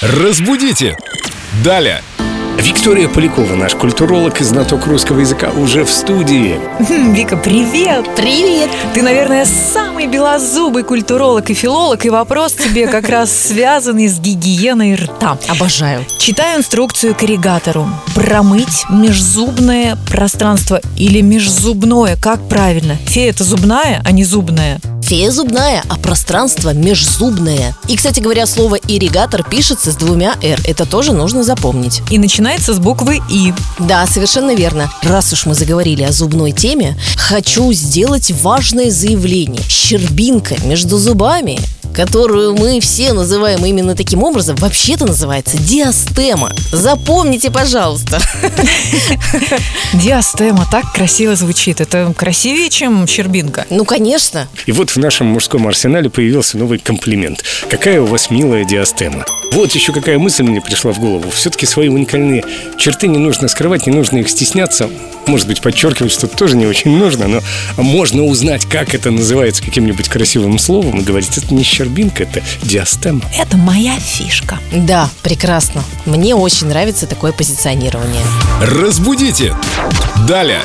Разбудите! Далее! Виктория Полякова, наш культуролог и знаток русского языка, уже в студии. Хм, Вика, привет! Привет! Ты, наверное, самый белозубый культуролог и филолог, и вопрос тебе как раз связанный с гигиеной рта. Обожаю. Читаю инструкцию к ирригатору. Промыть межзубное пространство или межзубное, как правильно? Фея это зубная, а не зубная. Фея зубная, а пространство межзубное. И, кстати говоря, слово «ирригатор» пишется с двумя «р». Это тоже нужно запомнить. И начинается с буквы И. Да, совершенно верно. Раз уж мы заговорили о зубной теме, хочу сделать важное заявление. Щербинка между зубами которую мы все называем именно таким образом, вообще-то называется диастема. Запомните, пожалуйста. Диастема так красиво звучит. Это красивее, чем щербинка. Ну, конечно. И вот в нашем мужском арсенале появился новый комплимент. Какая у вас милая диастема. Вот еще какая мысль мне пришла в голову. Все-таки свои уникальные черты не нужно скрывать, не нужно их стесняться. Может быть, подчеркивать, что тоже не очень нужно, но можно узнать, как это называется каким-нибудь красивым словом и говорить, это не щербинка, это диастема. Это моя фишка. Да, прекрасно. Мне очень нравится такое позиционирование. Разбудите! Далее!